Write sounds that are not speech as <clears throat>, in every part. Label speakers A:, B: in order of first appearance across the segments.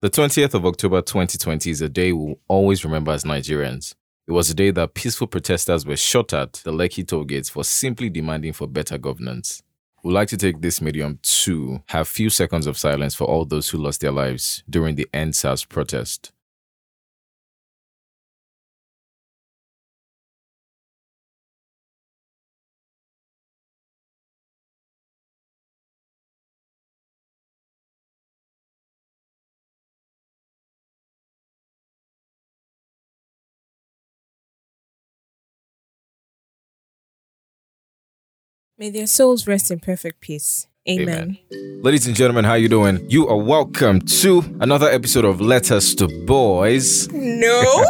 A: The 20th of October 2020 is a day we'll always remember as Nigerians. It was a day that peaceful protesters were shot at the Lekki toll gates for simply demanding for better governance. We'd like to take this medium to have few seconds of silence for all those who lost their lives during the End SARS protest.
B: May their souls rest in perfect peace. Amen.
A: Ladies and gentlemen, how you doing? You are welcome to another episode of Letters to Boys. <laughs>
B: No.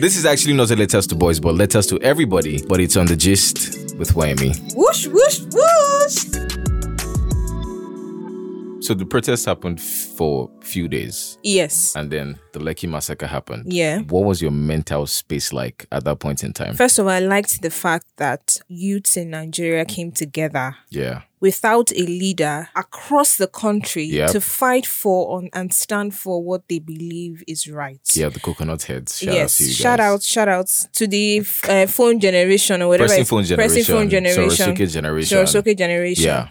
A: This is actually not a Letters to Boys, but Letters to Everybody, but it's on the gist with Whammy.
B: whoosh, whoosh, whoosh.
A: So the protest happened f- for a few days,
B: Yes.
A: and then the Lekki massacre happened.
B: Yeah.
A: What was your mental space like at that point in time?
B: First of all, I liked the fact that youths in Nigeria came together
A: Yeah,
B: without a leader across the country
A: Yep.
B: to fight for on, and stand for what they believe is right.
A: yeah, the coconut heads. Shout
B: yes,
A: out to you guys.
B: shout out, shout out to the f- uh, phone generation or whatever.
A: Pressing
B: it's-
A: phone generation.
B: pressing phone generation,
A: Sorosuke generation.
B: Sorosuke generation.
A: Yeah.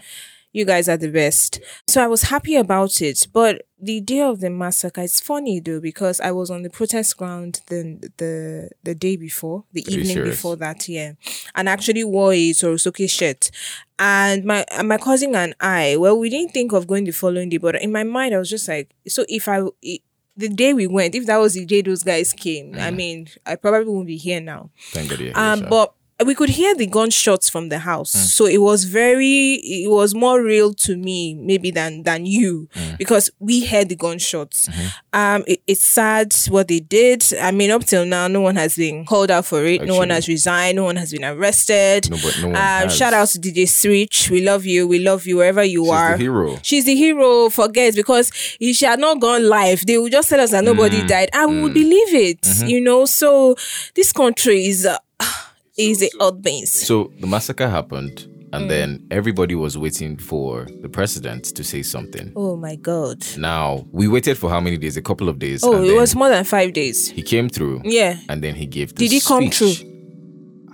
B: You guys are the best. So I was happy about it. But the day of the massacre, it's funny though, because I was on the protest ground the the, the day before, the
A: you
B: evening
A: serious?
B: before that, yeah. And I actually wore a Sorosuke shirt. And my and my cousin and I, well, we didn't think of going the following day, but in my mind I was just like, so if I i- the day we went, if that was the day those guys came,
A: Mm.
B: I mean, I probably won't be here now.
A: Thank God you're here,
B: Um,
A: Sha.
B: but we could hear the gunshots from the house,
A: Mm.
B: so it was very, it was more real to me maybe than than you
A: Mm.
B: because we heard the gunshots.
A: Mm-hmm.
B: Um, it- it's sad what they did. I mean, up till now, no one has been called out for it. no one
A: Actually.
B: has resigned. No one has been arrested.
A: No, but no one
B: um,
A: has.
B: shout out to DJ Switch. We love you. We love you wherever you
A: She's
B: are.
A: the hero.
B: She's the hero for girls because if she had not gone live, they would just tell us that nobody
A: Mm,
B: died. I would believe it,
A: Mm-hmm.
B: you know. So this country is uh, <sighs> is a odd base.
A: So the massacre happened,
B: Mm.
A: and then everybody was waiting for the president to say something.
B: Oh my god!
A: Now we waited for how many days? A couple of days.
B: Oh,
A: and
B: it
A: then
B: was more than five days.
A: He came through.
B: Yeah,
A: and then he gave. The
B: Did he come
A: speech.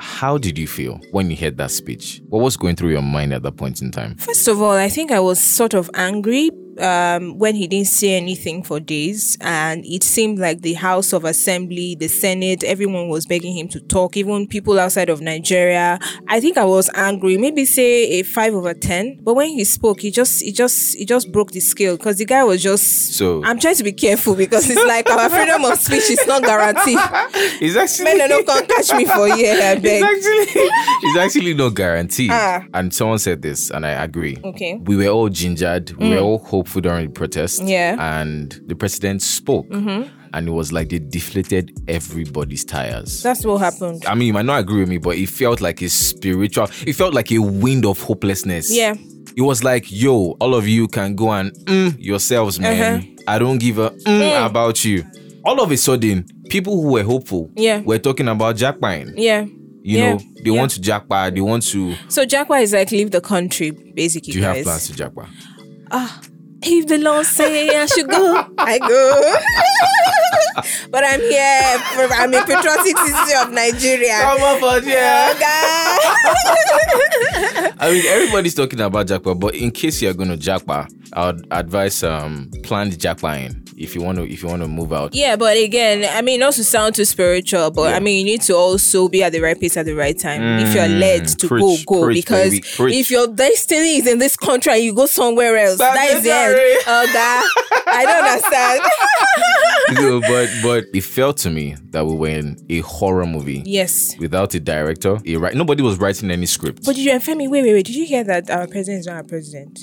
A: How did you feel when you heard that speech? What was going through your mind at that point in time?
B: First of all, I think I was sort of angry um, when he didn't say anything for days, and it seemed like the House of Assembly, the Senate, everyone was begging him to talk, even people outside of Nigeria. I think I was angry, maybe say a five over ten. But when he spoke, he just, he just, he just broke the scale because the guy was just.
A: So-
B: I'm trying to be careful because it's like our freedom of speech is not guaranteed.
A: <laughs>
B: <laughs>
A: It's actually
B: Men don't come catch me for here. I
A: <laughs> it's
B: beg.
A: actually
B: <laughs>
A: it's actually no guarantee.
B: Ah.
A: And someone said this, and I agree.
B: Okay. Mm.
A: We were all gingered. We were all hopeful during the protest.
B: Yeah. Mm-hmm.
A: And the president spoke, and it was like they deflated everybody's tires.
B: That's what happened.
A: I mean, you might not agree with me, but it felt like a spiritual. It felt like a wind of hopelessness.
B: Yeah.
A: It was like, yo, all of you can go and mm yourselves, man.
B: Uh-huh.
A: I don't give a mm about you. All of a sudden, people who were hopeful
B: Yeah.
A: were talking about jackpine.
B: Yeah.
A: You
B: Yeah.
A: know, they want to jackpot. They want to.
B: So Jaguar is like leave the country, basically.
A: Do you have
B: guys.
A: plans to jackpot?
B: If the Lord say I should go, I go. <laughs> but I'm here. From, I'm a patriotic citizen of Nigeria.
A: on, yeah.
B: Okay.
A: I mean, everybody's talking about jackpot, but in case you're going to jackpot, I would advise um planned jackpotting if you want to if you want to move out. <laughs>
B: yeah, but again, I mean, not to sound too spiritual, but I mean, you need to also be at the right place at the right time. if you're led to
A: Mm. preach,
B: go, go.
A: preach,
B: because
A: baby, preach.
B: if your destiny is in this country and you go somewhere else,
A: That's
B: that is the end.
A: necessary.
B: Okay. I don't understand.
A: You know, but but it felt to me that we were in a horror movie
B: yes.
A: without a director. A write, nobody was writing any script.
B: But did you Femi, wait, wait, wait. Did you hear that our president is not our president?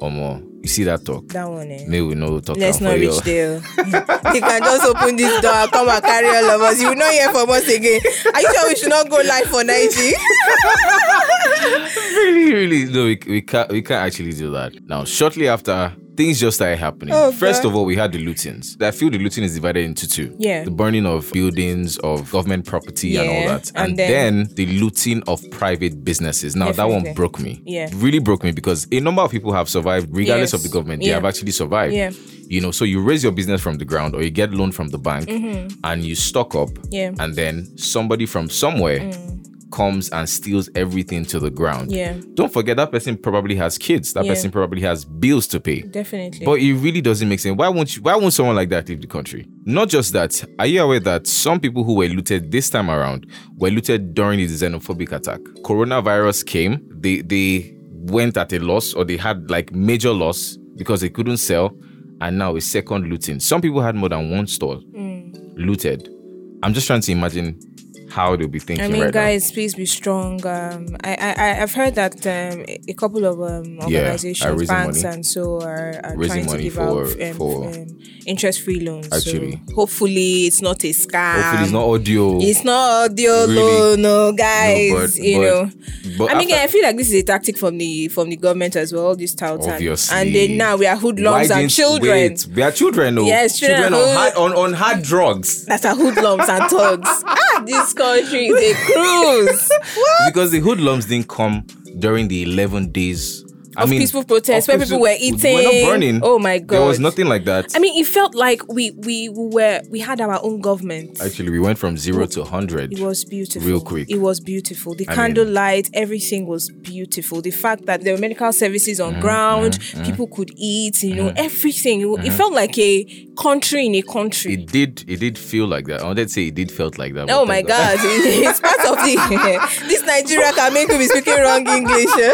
A: or more. You see that talk?
B: That one, eh?
A: May we know talk
B: Let's
A: am
B: not
A: for
B: reach
A: you.
B: there.
A: <laughs>
B: <laughs> they can just open this door and come and carry all of us. You will not hear from us again. Are you sure we should not go live for 90?
A: <laughs> really, really, no, we, we can't we can't actually do that. Now, shortly after things just started happening.
B: Oh,
A: First
B: God.
A: of all, we had the lootings. I feel the looting is divided into two.
B: Yeah.
A: The burning of buildings, of government property, and all
B: Yeah,
A: that. And,
B: and
A: then,
B: then-
A: the looting of private businesses. Now, that one
B: Definitely.
A: broke me.
B: Yeah.
A: Really broke me because a number of people have survived, regardless of
B: Yes.
A: the government. They
B: Yeah.
A: have actually survived.
B: Yeah.
A: You know, so you raise your business from the ground or you get loan from the bank and you stock up.
B: Mm-hmm. Yeah. Mm.
A: And then somebody from somewhere comes and steals everything to the ground.
B: Yeah.
A: Don't forget that person probably has kids. That
B: Yeah.
A: person probably has bills to pay.
B: Definitely.
A: But it really doesn't make sense. Why won't you, why won't someone like that leave the country? Not just that. Are you aware that some people who were looted this time around were looted during the xenophobic attack? Coronavirus came. They they went at a loss or they had like major loss because they couldn't sell, and now a second looting. Some people had more than one store
B: Mm.
A: looted. I'm just trying to imagine how they'll be thinking
B: I mean,
A: right now.
B: guys, please be strong. Um, I, I, I- I've heard that um, a couple of um, organizations,
A: raising
B: banks,
A: money.
B: and so are, are
A: Raising
B: trying to
A: money
B: give
A: for-
B: out um,
A: for-
B: um, interest-free loans.
A: Actually.
B: so hopefully it's not a scam.
A: Hopefully it's not audio.
B: It's not audio
A: Really.
B: loan, no,
A: No,
B: guys.
A: but-
B: you
A: but-
B: know.
A: but
B: I mean,
A: after-
B: I feel like this is a tactic from the from the government as well. All this touts and,
A: Obviously.
B: and then now we are
A: Why
B: hoodlums and
A: didn't-
B: children.
A: Wait, we are children, though.
B: Yes, children
A: on,
B: who-
A: hard, on, on hard drugs.
B: That are hoodlums and thugs.
A: <laughs>
B: ah, this country is a cruise.
A: Because the hoodlums didn't come during the 11 days. I
B: Of
A: mean,
B: peaceful protests
A: of
B: where
A: peaceful-
B: people were
A: We're
B: eating.
A: not burning.
B: Oh my
A: There was
B: God.
A: nothing like that.
B: I mean, it felt like we we were we had our own government.
A: Actually, we went from zero to 100.
B: It was beautiful.
A: Real quick.
B: It was beautiful. The candlelight, everything was beautiful. The fact that there were medical services on
A: Mm,
B: ground, people could eat, you know, everything. It, it felt like a country in a country.
A: mm. It did. It did feel like that. I wanted to say it did felt like that. but
B: Oh
A: thank
B: my <laughs> God! it's part of the <laughs> this Nigeria can make you be speaking wrong English. eh?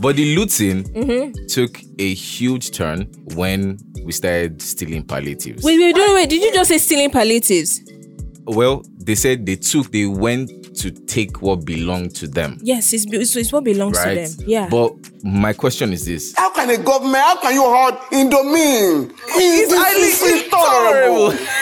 A: But the looting
B: Mm-hmm.
A: took a huge turn when we started stealing palliatives.
B: <laughs> Wait, wait, wait, wait! Did you just say stealing palliatives?
A: Well, they said they took. They went to take what belonged to them.
B: Yes, it's, be- it's, it's what belongs
A: Right.
B: to them. Yeah.
A: But my question is this:
C: How can a government, how can you hold Indomie? It's, it's intolerable.
B: <laughs>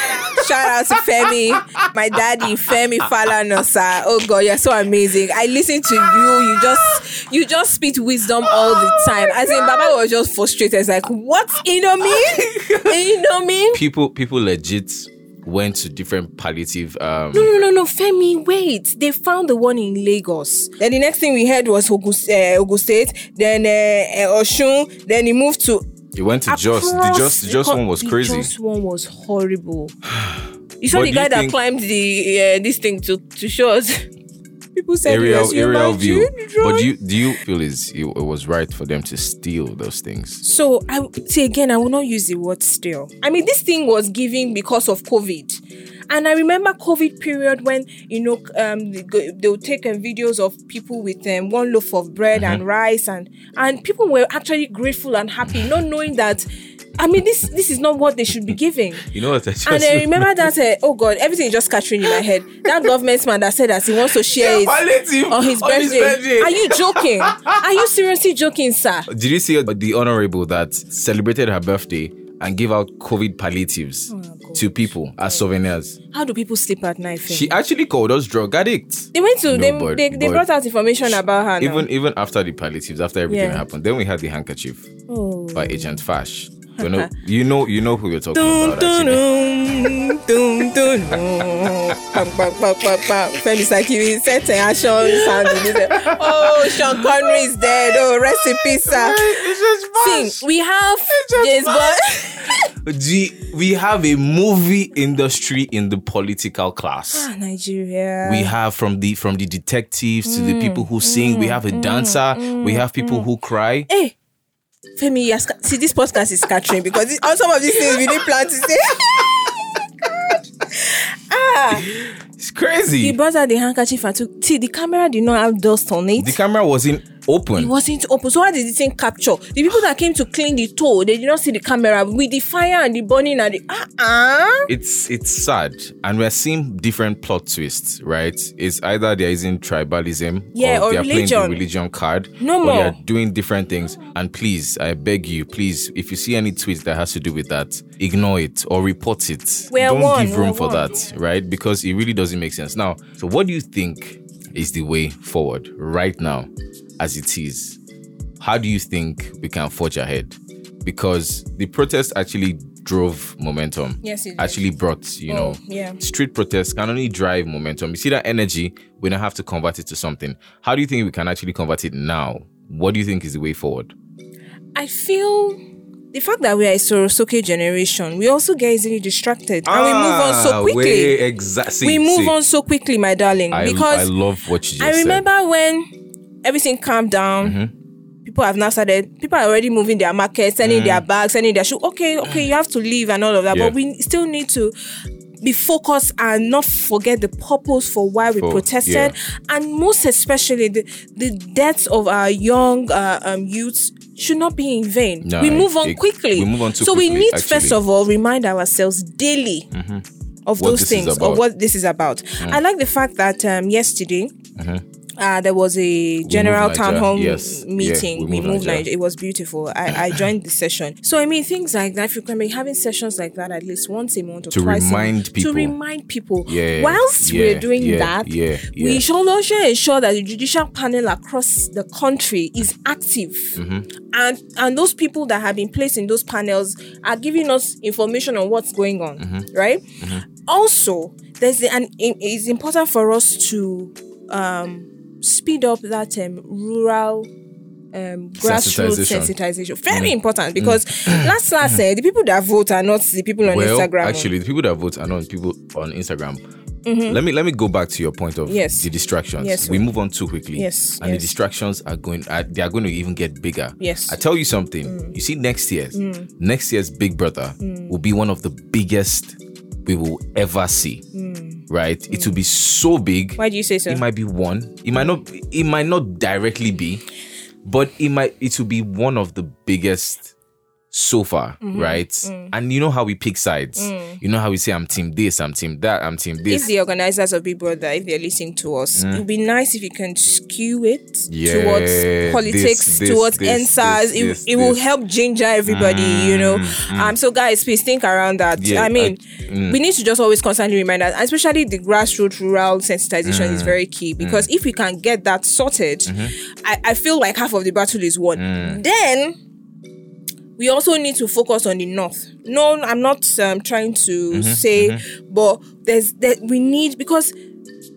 B: Shout out to Femi, my daddy, Femi Falana, sir. Oh God, you're so amazing. I listen to you. You just you just spit wisdom all the time. As in, Baba was just frustrated. It's like, what <laughs> Indomie? Indomie?
A: people people legit went to different palliative um
B: No, no, no, no, Femi, wait. They found the one in Lagos. Then the next thing we heard was Ogun, uh, Ogun State, then uh, uh, Oshun, then he moved to
A: it went to just the
B: Across
A: just the just
B: co-
A: one was
B: the
A: crazy
B: Just one
A: <sighs>
B: was horrible. You saw
A: But
B: the
A: do
B: guy
A: you
B: that
A: think-
B: climbed the uh, this thing to to show us. <laughs> People said
A: aerial
B: yes, you
A: aerial
B: might
A: view
B: children.
A: but do you do you feel is it, it was right for them to steal those things
B: So I w- say again, I will not use the word still. I mean, this thing was giving because of COVID, and I remember COVID period when you know um, they go- they would take um, videos of people with um, one loaf of bread and rice, and and people were actually grateful and happy, not knowing that. I mean, this this is not what they should be giving.
A: you know what i just
B: And I remember that, uh, oh God, everything is just scattering in my head. That government man that said that he wants to share it
A: palliative
B: on his birthday. Are you <laughs> joking? Are you seriously joking, sir?
A: did you see the honorable that celebrated her birthday and gave out covid palliatives
B: Oh
A: to people as souvenirs
B: How do people sleep at night? eh? Femi?
A: she actually called us drug addicts
B: they went
A: No,
B: to, they,
A: but-
B: they, they
A: but-
B: brought out information about her. now.
A: even even after the palliatives after everything
B: Yeah.
A: happened then we had the handkerchief
B: Oh.
A: by agent fash you know you know you know who you're talking
B: Dun,
A: about actually.
B: dun, dun, dun, dun, dun.
A: <laughs>
B: Bang, bang, bang, bang, bang. Femi's like, you set an action sound. in this. Oh, Sean Connery is dead. Oh, rest in peace, sir. Sing, we have James Bond.
A: the, we have a movie industry in the political
B: Ah,
A: class.
B: Nigeria.
A: We have from the from the detectives to
B: Mm,
A: the people who sing. we have a dancer. we have people who cry.
B: hey, Femi, you are sca- see this podcast is scattering because it, on some of these things we didn't plan to
A: <laughs>
B: say.
A: It's
B: he
A: crazy.
B: brought out the handkerchief and took. See, the camera did not have dust on it.
A: The camera wasn't
B: it
A: open.
B: wasn't open. So how did the thing capture? The people that came to clean the toe, they did not see the camera with the fire and the burning and the ah ah.
A: It's it's sad, and we're seeing different plot twists. Right? It's either they're using tribalism,
B: Yeah, or
A: they're playing
B: religion.
A: the religion card,
B: No
A: or
B: more.
A: they're doing different things. And please, I beg you, please, if you see any tweet that has to do with that, ignore it or report it.
B: We're
A: Don't
B: one,
A: give room
B: we're
A: for
B: one.
A: that, right? Because it really doesn't make sense. Now, so what do you think is the way forward right now, as it is? How do you think we can forge ahead? because the protest actually drove momentum.
B: Yes, it
A: actually brought, you know,
B: Mm, yeah.
A: street protests can only drive momentum. You see that energy, we don't have to convert it to something. How do you think we can actually convert it now? What do you think is the way forward?
B: I feel the fact that we are a Sorosuke generation, we also get easily distracted and we move on
A: Ah,
B: so quickly.
A: Exactly.
B: we move on so quickly, my darling,
A: I, I
B: because
A: love what you just Mm-hmm.
B: I, remember when everything calmed down. People have now started. People are already moving their markets, sending their bags, sending their shoe. Okay, okay, you have to leave and all of that,
A: Mm. Yeah.
B: but we still need to be focused and not forget the purpose for why we
A: For-
B: protested,
A: yeah.
B: and most especially the the deaths of our young uh, um, youths should not be in vain.
A: No,
B: we move
A: it-
B: on
A: it-
B: quickly.
A: we move on too
B: so we
A: quickly,
B: need
A: actually. Mm-hmm.
B: first of all remind ourselves daily of
A: What
B: those
A: this is
B: things
A: about. Mm.
B: of what this is about. I like the fact that um, yesterday. Uh, there was a general
A: moved
B: town
A: Niger,
B: hall
A: yes.
B: meeting.
A: Yeah, we
B: we
A: moved
B: moved
A: Niger.
B: Niger. It was beautiful. I, I joined the session. So I mean, things like that. If you can be having sessions like that at least once a month or
A: To
B: twice a
A: remind
B: month,
A: people.
B: to remind people.
A: Yeah,
B: Whilst
A: yeah,
B: we're doing
A: yeah,
B: that,
A: yeah, yeah.
B: we should also ensure that the judicial panel across the country is active,
A: Mm-hmm.
B: and and those people that have been placed in those panels are giving us information on what's going on,
A: Mm-hmm.
B: right? Also, there's the, and it is important for us to um, speed up that um, rural um, grassroots
A: Sensitization. Mm.
B: sensitization. Very
A: <clears throat>
B: important because last last eh, the people that vote are not the people on
A: well,
B: Instagram.
A: Actually, the people that vote are not people on Instagram. Let me let me go back to your point of
B: Mm-hmm. Yes.
A: the distractions.
B: Yes,
A: we
B: sir.
A: move on too quickly.
B: Yes,
A: And
B: yes.
A: the distractions are going are, they are going to even get bigger.
B: Yes. Mm.
A: I tell you something. You see next year's next year's Big Brother will be one of the biggest we will ever see. Right? It will be so big.
B: Mm. why do you say so?
A: It might be one. It might not it might not directly be, but it might it will be one of the biggest so far,
B: Mm-hmm.
A: right?
B: Mm.
A: And you know how we pick sides. You know how we say I'm team this, I'm team that, I'm team this. Mm.
B: if the organizers of Big Brother, if they're listening to us, it would be nice if you can skew it
A: Yeah, this,
B: towards politics,
A: this,
B: towards
A: this,
B: answers.
A: this,
B: it
A: this,
B: it will
A: this. Mm,
B: help ginger everybody, you know. Um, so guys, please think around that.
A: Yeah,
B: I mean,
A: I- mm.
B: we need to just always constantly remind us, especially the grassroots rural sensitization
A: Mm,
B: is very key because if we can get that sorted,
A: Mm-hmm.
B: I, I feel like half of the battle is won.
A: Mm.
B: Then we also need to focus on the north. No, I'm not um, trying to say, but there's that we need because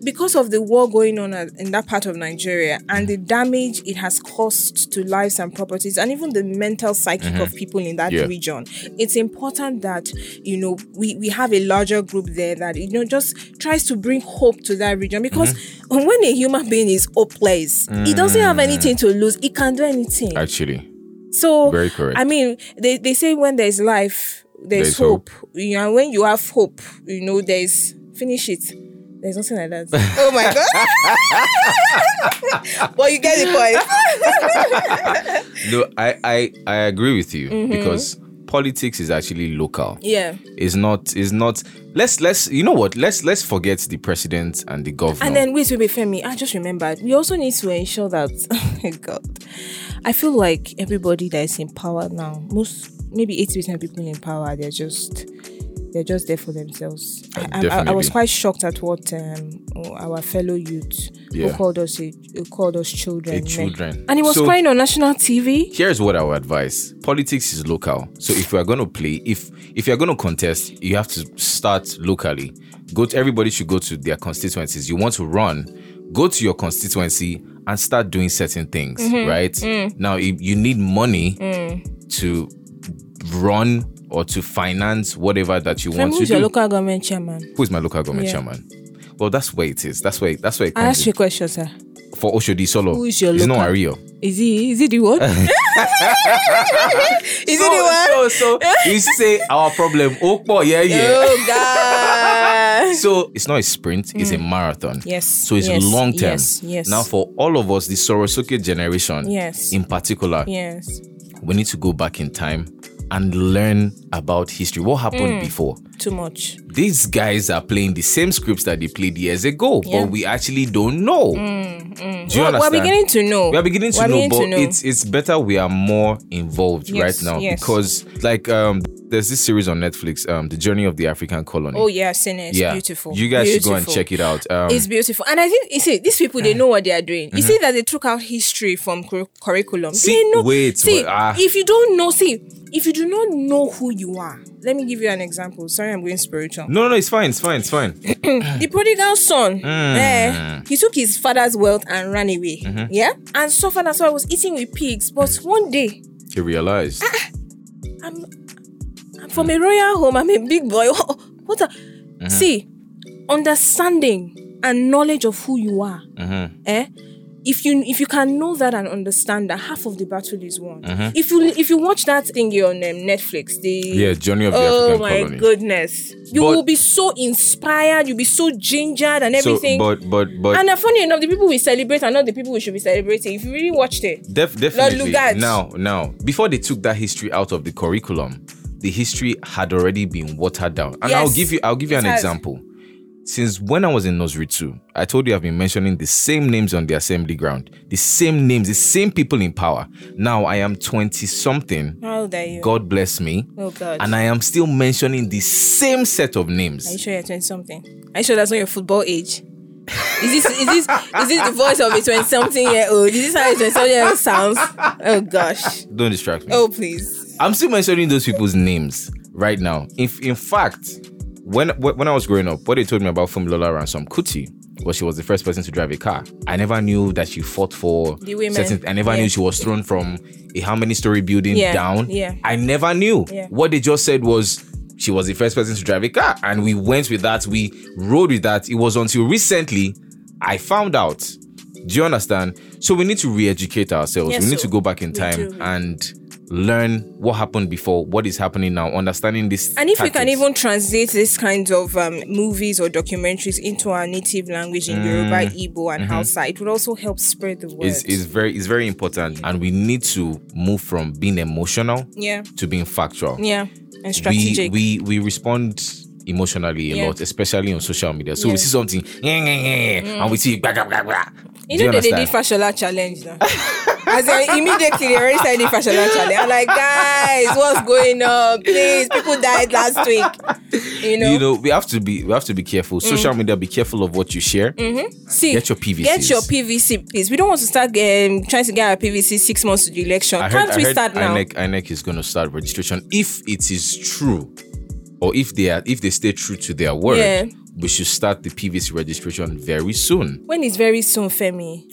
B: because of the war going on at- in that part of Nigeria and the damage it has caused to lives and properties and even the mental psyche of people in that
A: Yeah.
B: region, it's important that you know we, we have a larger group there that you know just tries to bring hope to that region because when a human being is hopeless, he doesn't have anything to lose. He can do anything.
A: Actually,
B: So
A: Very correct.
B: I mean, they, they say when there's life, there's,
A: There's hope.
B: hope. You know, and when you have hope, you know, there's finish it. There's nothing like that. oh my god. well, you get the point.
A: no, I I I agree with you because politics is actually local.
B: Mm-hmm. Yeah.
A: It's not it's not let's let's you know what? Let's let's forget the president and the governor.
B: And then wait, wait, wait, Femi. I just remembered. We also need to ensure that <laughs> oh God. I feel like everybody that is in power now, most maybe eighty percent of people in power, they're just they're just there for themselves. I- I, I, I
A: Uh,
B: was
A: Definitely.
B: quite shocked at what um, our fellow youth
A: Yeah.
B: who called us a, who called us children,
A: the
B: men.
A: children.
B: and he was
A: So-
B: crying on national TV.
A: here's what I would advise politics is local so if you are going to play if if you are going to contest you have to start locally go to everybody should go to their constituencies you want to run go to your constituency and start doing certain things
B: Mm-hmm.
A: right
B: Mm.
A: now if you need money to run or to finance whatever that you
B: Femi,
A: want to
B: who's
A: do
B: your local government chairman?
A: who is my local government
B: Yeah.
A: chairman well that's where it is that's where that's where it
B: I
A: comes
B: asked
A: in.
B: you a question, sir.
A: for Oshodi Solo
B: Who is your
A: it's not
B: local-
A: Ario
B: Is he is he the
A: <laughs>
B: one? <laughs> is he the
A: so,
B: one?
A: So, so
B: <laughs>
A: you say our problem. Oh, boy, yeah, yeah.
B: Oh
A: <laughs>
B: God.
A: So it's not a sprint, it's a marathon.
B: Mm. Yes,
A: So it's
B: yes,
A: long term.
B: yes, yes.
A: Now for all of us, the Sorosuke generation
B: Yes.
A: in particular,
B: yes.
A: we need to go back in time and learn about history. What happened
B: Mm.
A: before?
B: Too much.
A: These guys are playing the same scripts that they played years ago,
B: Yeah. Mm,
A: but we actually don't know. Do you
B: We're-
A: understand?
B: We're beginning to know.
A: we are beginning to
B: We're
A: know,
B: Oh, beginning
A: but
B: to know.
A: it's it's better we are more involved
B: Yes,
A: right now
B: yes.
A: because like um there's this series on Netflix um the journey of the African colony.
B: oh yeah, I've seen it. It's
A: yeah,
B: beautiful.
A: You guys should go
B: Beautiful.
A: and check it Mm. out. Um,
B: It's beautiful, and I think you see these people they know what they are doing. You see that they took out history from cur- curriculum.
A: Mm-hmm. See,
B: they know.
A: wait,
B: see
A: but, ah.
B: if you don't know, see If you do not know who you are, let me give you an example. Sorry, I'm going spiritual.
A: No, no, no, it's fine, it's fine, it's fine.
B: The prodigal son,
A: Mm.
B: eh, he took his father's wealth and ran away.
A: Mm-hmm.
B: Yeah? And suffered and suffered, was eating with pigs. But one day,
A: He
B: <laughs>
A: realized.
B: I'm, I'm from a royal home. I'm a big boy. <laughs> What? A,
A: Mm-hmm.
B: See, understanding and knowledge of who you are.
A: Mm-hmm.
B: Eh? If you if you can know that and understand that, half of the battle is won. If you if you watch that thing on um, Netflix, the
A: Mm-hmm. Yeah, Journey of the
B: oh
A: African
B: my
A: Colony.
B: goodness, you
A: But-
B: will be so inspired. You'll be so gingered and
A: So,
B: everything.
A: but, but, but,
B: and uh, funny enough, the people we celebrate are not the people we should be celebrating. If you really watched it,
A: Def- definitely.
B: Lugard.
A: Now, now, before they took that history out of the curriculum, the history had already been watered down. And I'll
B: Yes,
A: give you, I'll give you
B: it
A: an
B: has.
A: example. Since when I was in nursery two, I told you I've been mentioning the same names on the assembly ground, the same names, the same people in power. Now I am twenty something.
B: how old are you?
A: God bless me.
B: Oh God.
A: And I am still mentioning the same set of
B: Are you
A: names.
B: sure you're 20 something? Are you sure that's not your football age? Is this is this is this the voice of a 20 something year old? Is this how a 20 something year old sounds? Oh gosh.
A: Don't distract me.
B: Oh please.
A: I'm still mentioning those people's names right now. If in fact, when wh- when I was growing up, what they told me about Fumilola Ransom Kuti was she was the first person to drive a car. I never knew that she fought for
B: The women.
A: certain. I never
B: Yeah.
A: knew she was thrown from a how many story building
B: Yeah,
A: down.
B: yeah.
A: I never knew.
B: Yeah.
A: What they just said was she was the first person to drive a car, and we went with that. We rode with that. It was until recently I found out. Do you understand? So we need to re-educate ourselves.
B: Yes,
A: we need
B: so
A: to go back in
B: we
A: time
B: do.
A: and learn what happened before, what is happening now, understanding this.
B: And if we can
A: tactics.
B: even translate this kind of um, movies or documentaries into our native language in Yoruba, Igbo, and Hausa, it would also help spread the word.
A: Mm. Mm-hmm. is is very is very important, and we need to move from being emotional
B: yeah,
A: to being factual.
B: yeah, and
A: we
B: strategic.
A: we we respond emotionally a
B: Yeah.
A: lot, especially on social media. So
B: Yeah. Mm.
A: we see something and we see blah, blah, blah, blah.
B: you
A: Do
B: know that they did
A: understand?
B: Fashola challenge now. As in, immediately they already started the Fashola challenge. I'm like, guys, what's going on? Please, people died last week. You know,
A: you know, we have to be we have to be careful.
B: Mm.
A: Social media, be careful of what you share.
B: see,
A: get your PVCs.
B: Get your PVC, please. We don't want to start um, trying to get our PVC six months to the election.
A: I heard,
B: Can't we
A: I heard
B: start now?
A: INEC, INEC is going to start registration if it is true, or if they are if they stay true to their word.
B: Yeah.
A: We should start the PVC registration very soon.
B: When is very soon, Femi?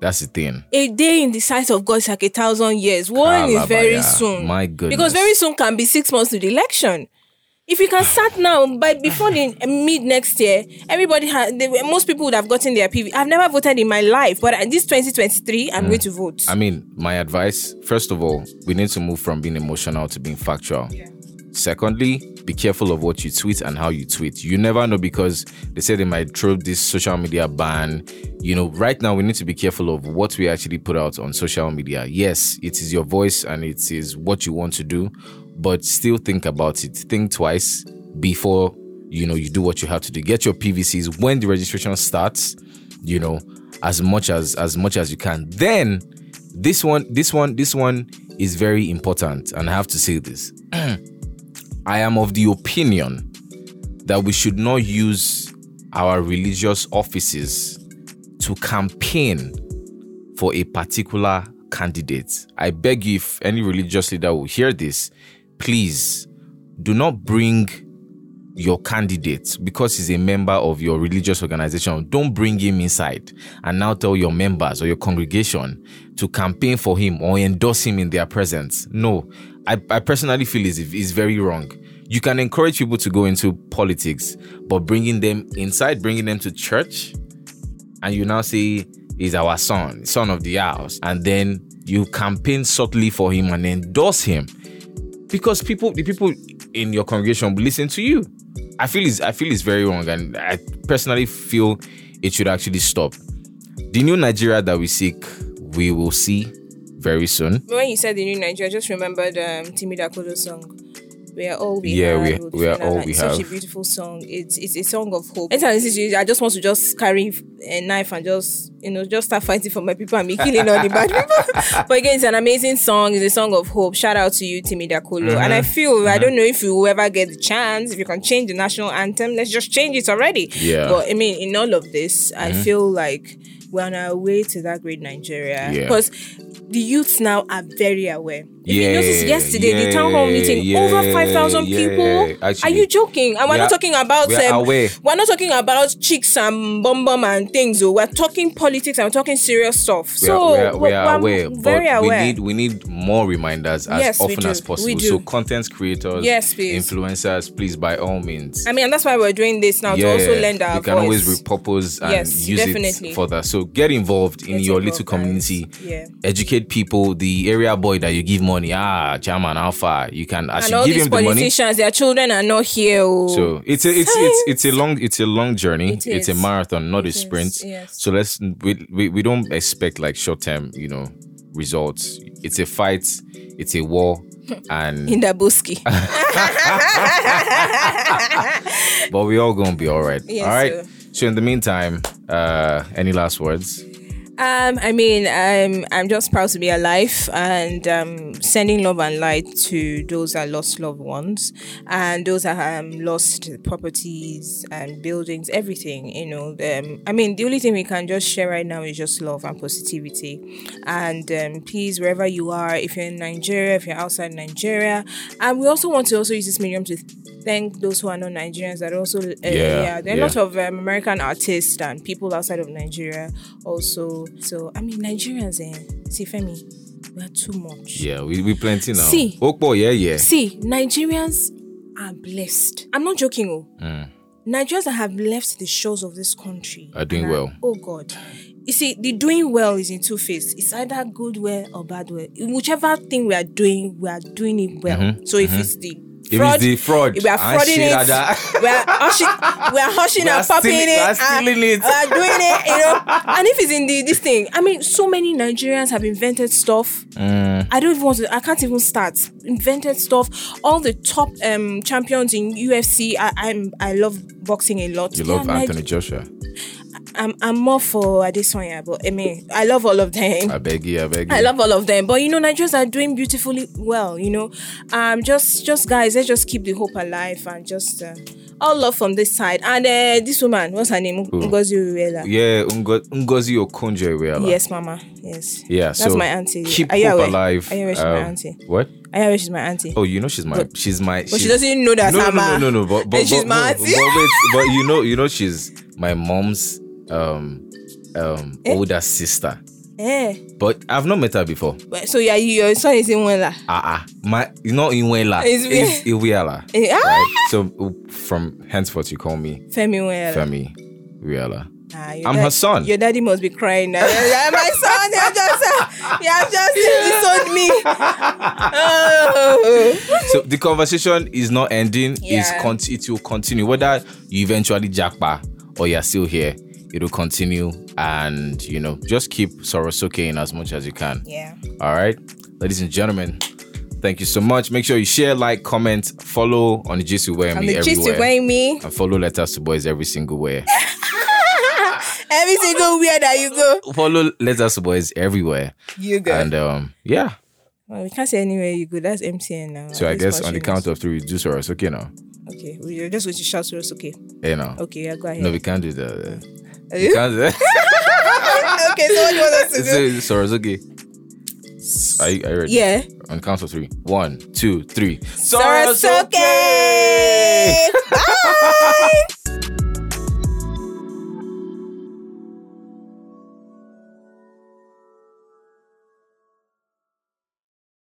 A: That's the thing.
B: A day in the sight of God is like a thousand years. One is
A: Kalabaya.
B: very soon.
A: My goodness.
B: Because very soon can be six months to the election. If you can start now, by before the uh, mid next year, everybody has most people would have gotten their PV. I've never voted in my life, but at this 2023, I'm going to vote.
A: Mm. I mean, my advice. First of all, we need to move from being emotional to being factual. Secondly, be careful of what you tweet and how you tweet. You never know because they say they might throw this social media ban. You know, right now we need to be careful of what we actually put out on social media. Yes, it is your voice and it is what you want to do, but still think about it. Think twice before you know you do what you have to do. Get your PVCs when the registration starts, you know, as much as as much as you can. Then this one, this one, this one is very important, and I have to say this. <clears throat> I am of the opinion that we should not use our religious offices to campaign for a particular candidate. I beg you, if any religious leader will hear this, please do not bring your candidate because he's a member of your religious organization. Don't bring him inside and now tell your members or your congregation to campaign for him or endorse him in their presence. No, I, I personally feel is is very wrong. You can encourage people to go into politics, but bringing them inside, bringing them to church, and you now say he's our son, son of the house, and then you campaign subtly for him and endorse him because people the people in your congregation will listen to you i feel is i feel it's very wrong and i personally feel it should actually stop the new nigeria that we seek we will see very soon
B: when you said the new Nigeria, I just remembered um, Timi Dakodo's song. We are all we
A: Yeah,
B: have.
A: we-
B: will
A: we are
B: defend our
A: all
B: land.
A: we
B: it's Such
A: have.
B: a beautiful song. It's it's a song of hope. Anytime I listen to it, I just want to just carry a knife and just you know just start fighting for my people and be killing all the bad
A: <laughs>
B: people. but again, it's an amazing song. It's a song of hope. Shout out to you, Timi Dakolo.
A: Mm-hmm.
B: And I feel I don't know if you will ever get the chance. If you can change the national anthem, let's just change it already.
A: Yeah. Mm-hmm.
B: But I mean, in all of this, I feel like we're on our way to that great Nigeria
A: Yeah.
B: because the youths now are very aware. If you notice yesterday, the town hall meeting,
A: yeah,
B: over 5,000
A: yeah.
B: people.
A: Actually,
B: Are you joking? And we're
A: we
B: not
A: are-
B: talking about
A: we are
B: um,
A: aware.
B: we're not talking about chicks and bum bum and things. Oh, we're talking politics and we're talking serious stuff.
A: we
B: so
A: are, we are, we
B: we're-
A: are
B: we're
A: aware,
B: very
A: but
B: aware.
A: we need we need more reminders as
B: Yes, we
A: often
B: do.
A: as
B: We
A: possible.
B: do.
A: So content creators,
B: Yes, please.
A: influencers, please by all means.
B: I mean, and that's why we're doing this now to also lend our
A: you can
B: voice.
A: always repurpose and
B: Yes,
A: use
B: definitely.
A: it for that. So get involved in
B: Get
A: your
B: involved,
A: little community.
B: guys. Yeah.
A: Educate people. The area boy that you give money, ah, German, how far you can as
B: and
A: you
B: all
A: give
B: these
A: him the money.
B: politicians, their children are not here. Oh.
A: So it's a, it's it's it's
B: <laughs>
A: a long it's a long journey.
B: It
A: it's a
B: is.
A: marathon, not
B: It
A: a
B: is,
A: sprint.
B: yes.
A: So let's we, we we don't expect like short term, you know, results. It's a fight. It's a
B: <laughs>
A: war. And
B: in the busky.
A: but we all gonna be all right.
B: Yes,
A: all right.
B: sir.
A: So in the meantime, uh, any last words?
B: Um, I mean, I'm I'm just proud to be alive and um, sending love and light to those that lost loved ones and those that um, lost properties and buildings, everything. You know, um, I mean, the only thing we can just share right now is just love and positivity. And um, please, wherever you are, if you're in Nigeria, if you're outside Nigeria, and we also want to also use this medium to thank those who are not Nigerians that also uh, yeah, there are
A: yeah.
B: lots of um, American artists and people outside of Nigeria also. So I mean Nigerians eh, see Femi, we are too much.
A: Yeah, we we plenty now.
B: See.
A: Okpo, yeah, yeah.
B: See, Nigerians are blessed. I'm not joking. Oh. Nigerians that have left the shores of this country
A: Mm. Are doing
B: and
A: well.
B: Oh God. You see, the doing well is in two phases. It's either good well or bad well. Whichever thing we are doing, we are doing it well. So if it's the
A: Mm-hmm. If
B: fraud,
A: it's the fraud,
B: we are
A: ah,
B: frauding
A: shit
B: it.
A: like that.
B: <laughs> We are hushing, we are hushing
A: We are
B: and popping
A: stealing-
B: it.
A: we are
B: and
A: stealing it.
B: We are doing it, you know. And if it's in the this thing, I mean, so many Nigerians have invented stuff. I don't even want to. I can't even start. Invented stuff. All the top um champions in UFC. I, I'm. I love boxing a lot.
A: You
B: They
A: love
B: are Nig-
A: Anthony Joshua.
B: I'm. I'm more for Adesanya, but I mean, I love all of them.
A: I beg you, I beg you.
B: <laughs> I love all of them, but you know, Nigerians are doing beautifully well. You know, um, just just guys, let's just keep the hope alive and just uh, all love from this side. And uh, this woman, what's her name? Ngozi Uwela.
A: yeah, Ungo- Ngozi Okonjo Iweala.
B: Yes, Mama. Yes.
A: Yeah,
B: That's
A: so
B: my auntie.
A: Keep
B: Are you
A: hope
B: aware?
A: alive.
B: Are you aware she's my
A: Um,
B: auntie?
A: What?
B: I know she's my auntie.
A: Oh, you know she's my she's my.
B: but she doesn't know that
A: no,
B: I'm
A: no,
B: her.
A: no, no, no, but but,
B: and <laughs> she's
A: but,
B: my
A: no,
B: auntie.
A: but wait, but you know, you know, she's my mom's um um older sister.
B: Eh.
A: But I've not met her before.
B: But- So yeah, you- your son is in Wela.
A: Ah, ah, my you know Inwela,
B: It's-
A: it's Iweala,
B: Eh, ah!
A: right? So from henceforth, you call me
B: Femi Wela.
A: Femi Iweala.
B: Ah, your
A: I'm her son.
B: Your daddy must be crying now. <laughs> Yeah, my son, you have just, you have just disowned
A: <laughs>
B: me. Oh.
A: So the conversation is not ending. It's
B: Yeah.
A: con- it will continue. Whether you eventually jackpot or you're still here, it will continue. And you know, just keep Sorosuke in as much as you can.
B: Yeah.
A: All right, ladies and gentlemen, thank you so much. Make sure you share, like, comment, follow on the Gist with
B: I'm
A: me
B: the gist
A: everywhere,
B: you bring me
A: and follow Letters to Boys every single where.
B: every single where that you go.
A: follow Letters to Boys everywhere,
B: You go.
A: and um, yeah.
B: well, we can't say anywhere you go. That's MTN now.
A: So I guess on the count of three, we do Sorosuke now.
B: Okay, we're just going to shout to us. Okay.
A: You know,
B: Okay, yeah, go ahead. <laughs>
A: no, we can't do that. We
B: Eh?
A: can't do that.
B: okay, so what do you want us to do?
A: So, Sorosuke. Are you, are you ready?
B: Yeah.
A: On count of three. One, two, three.
B: Sorosuke!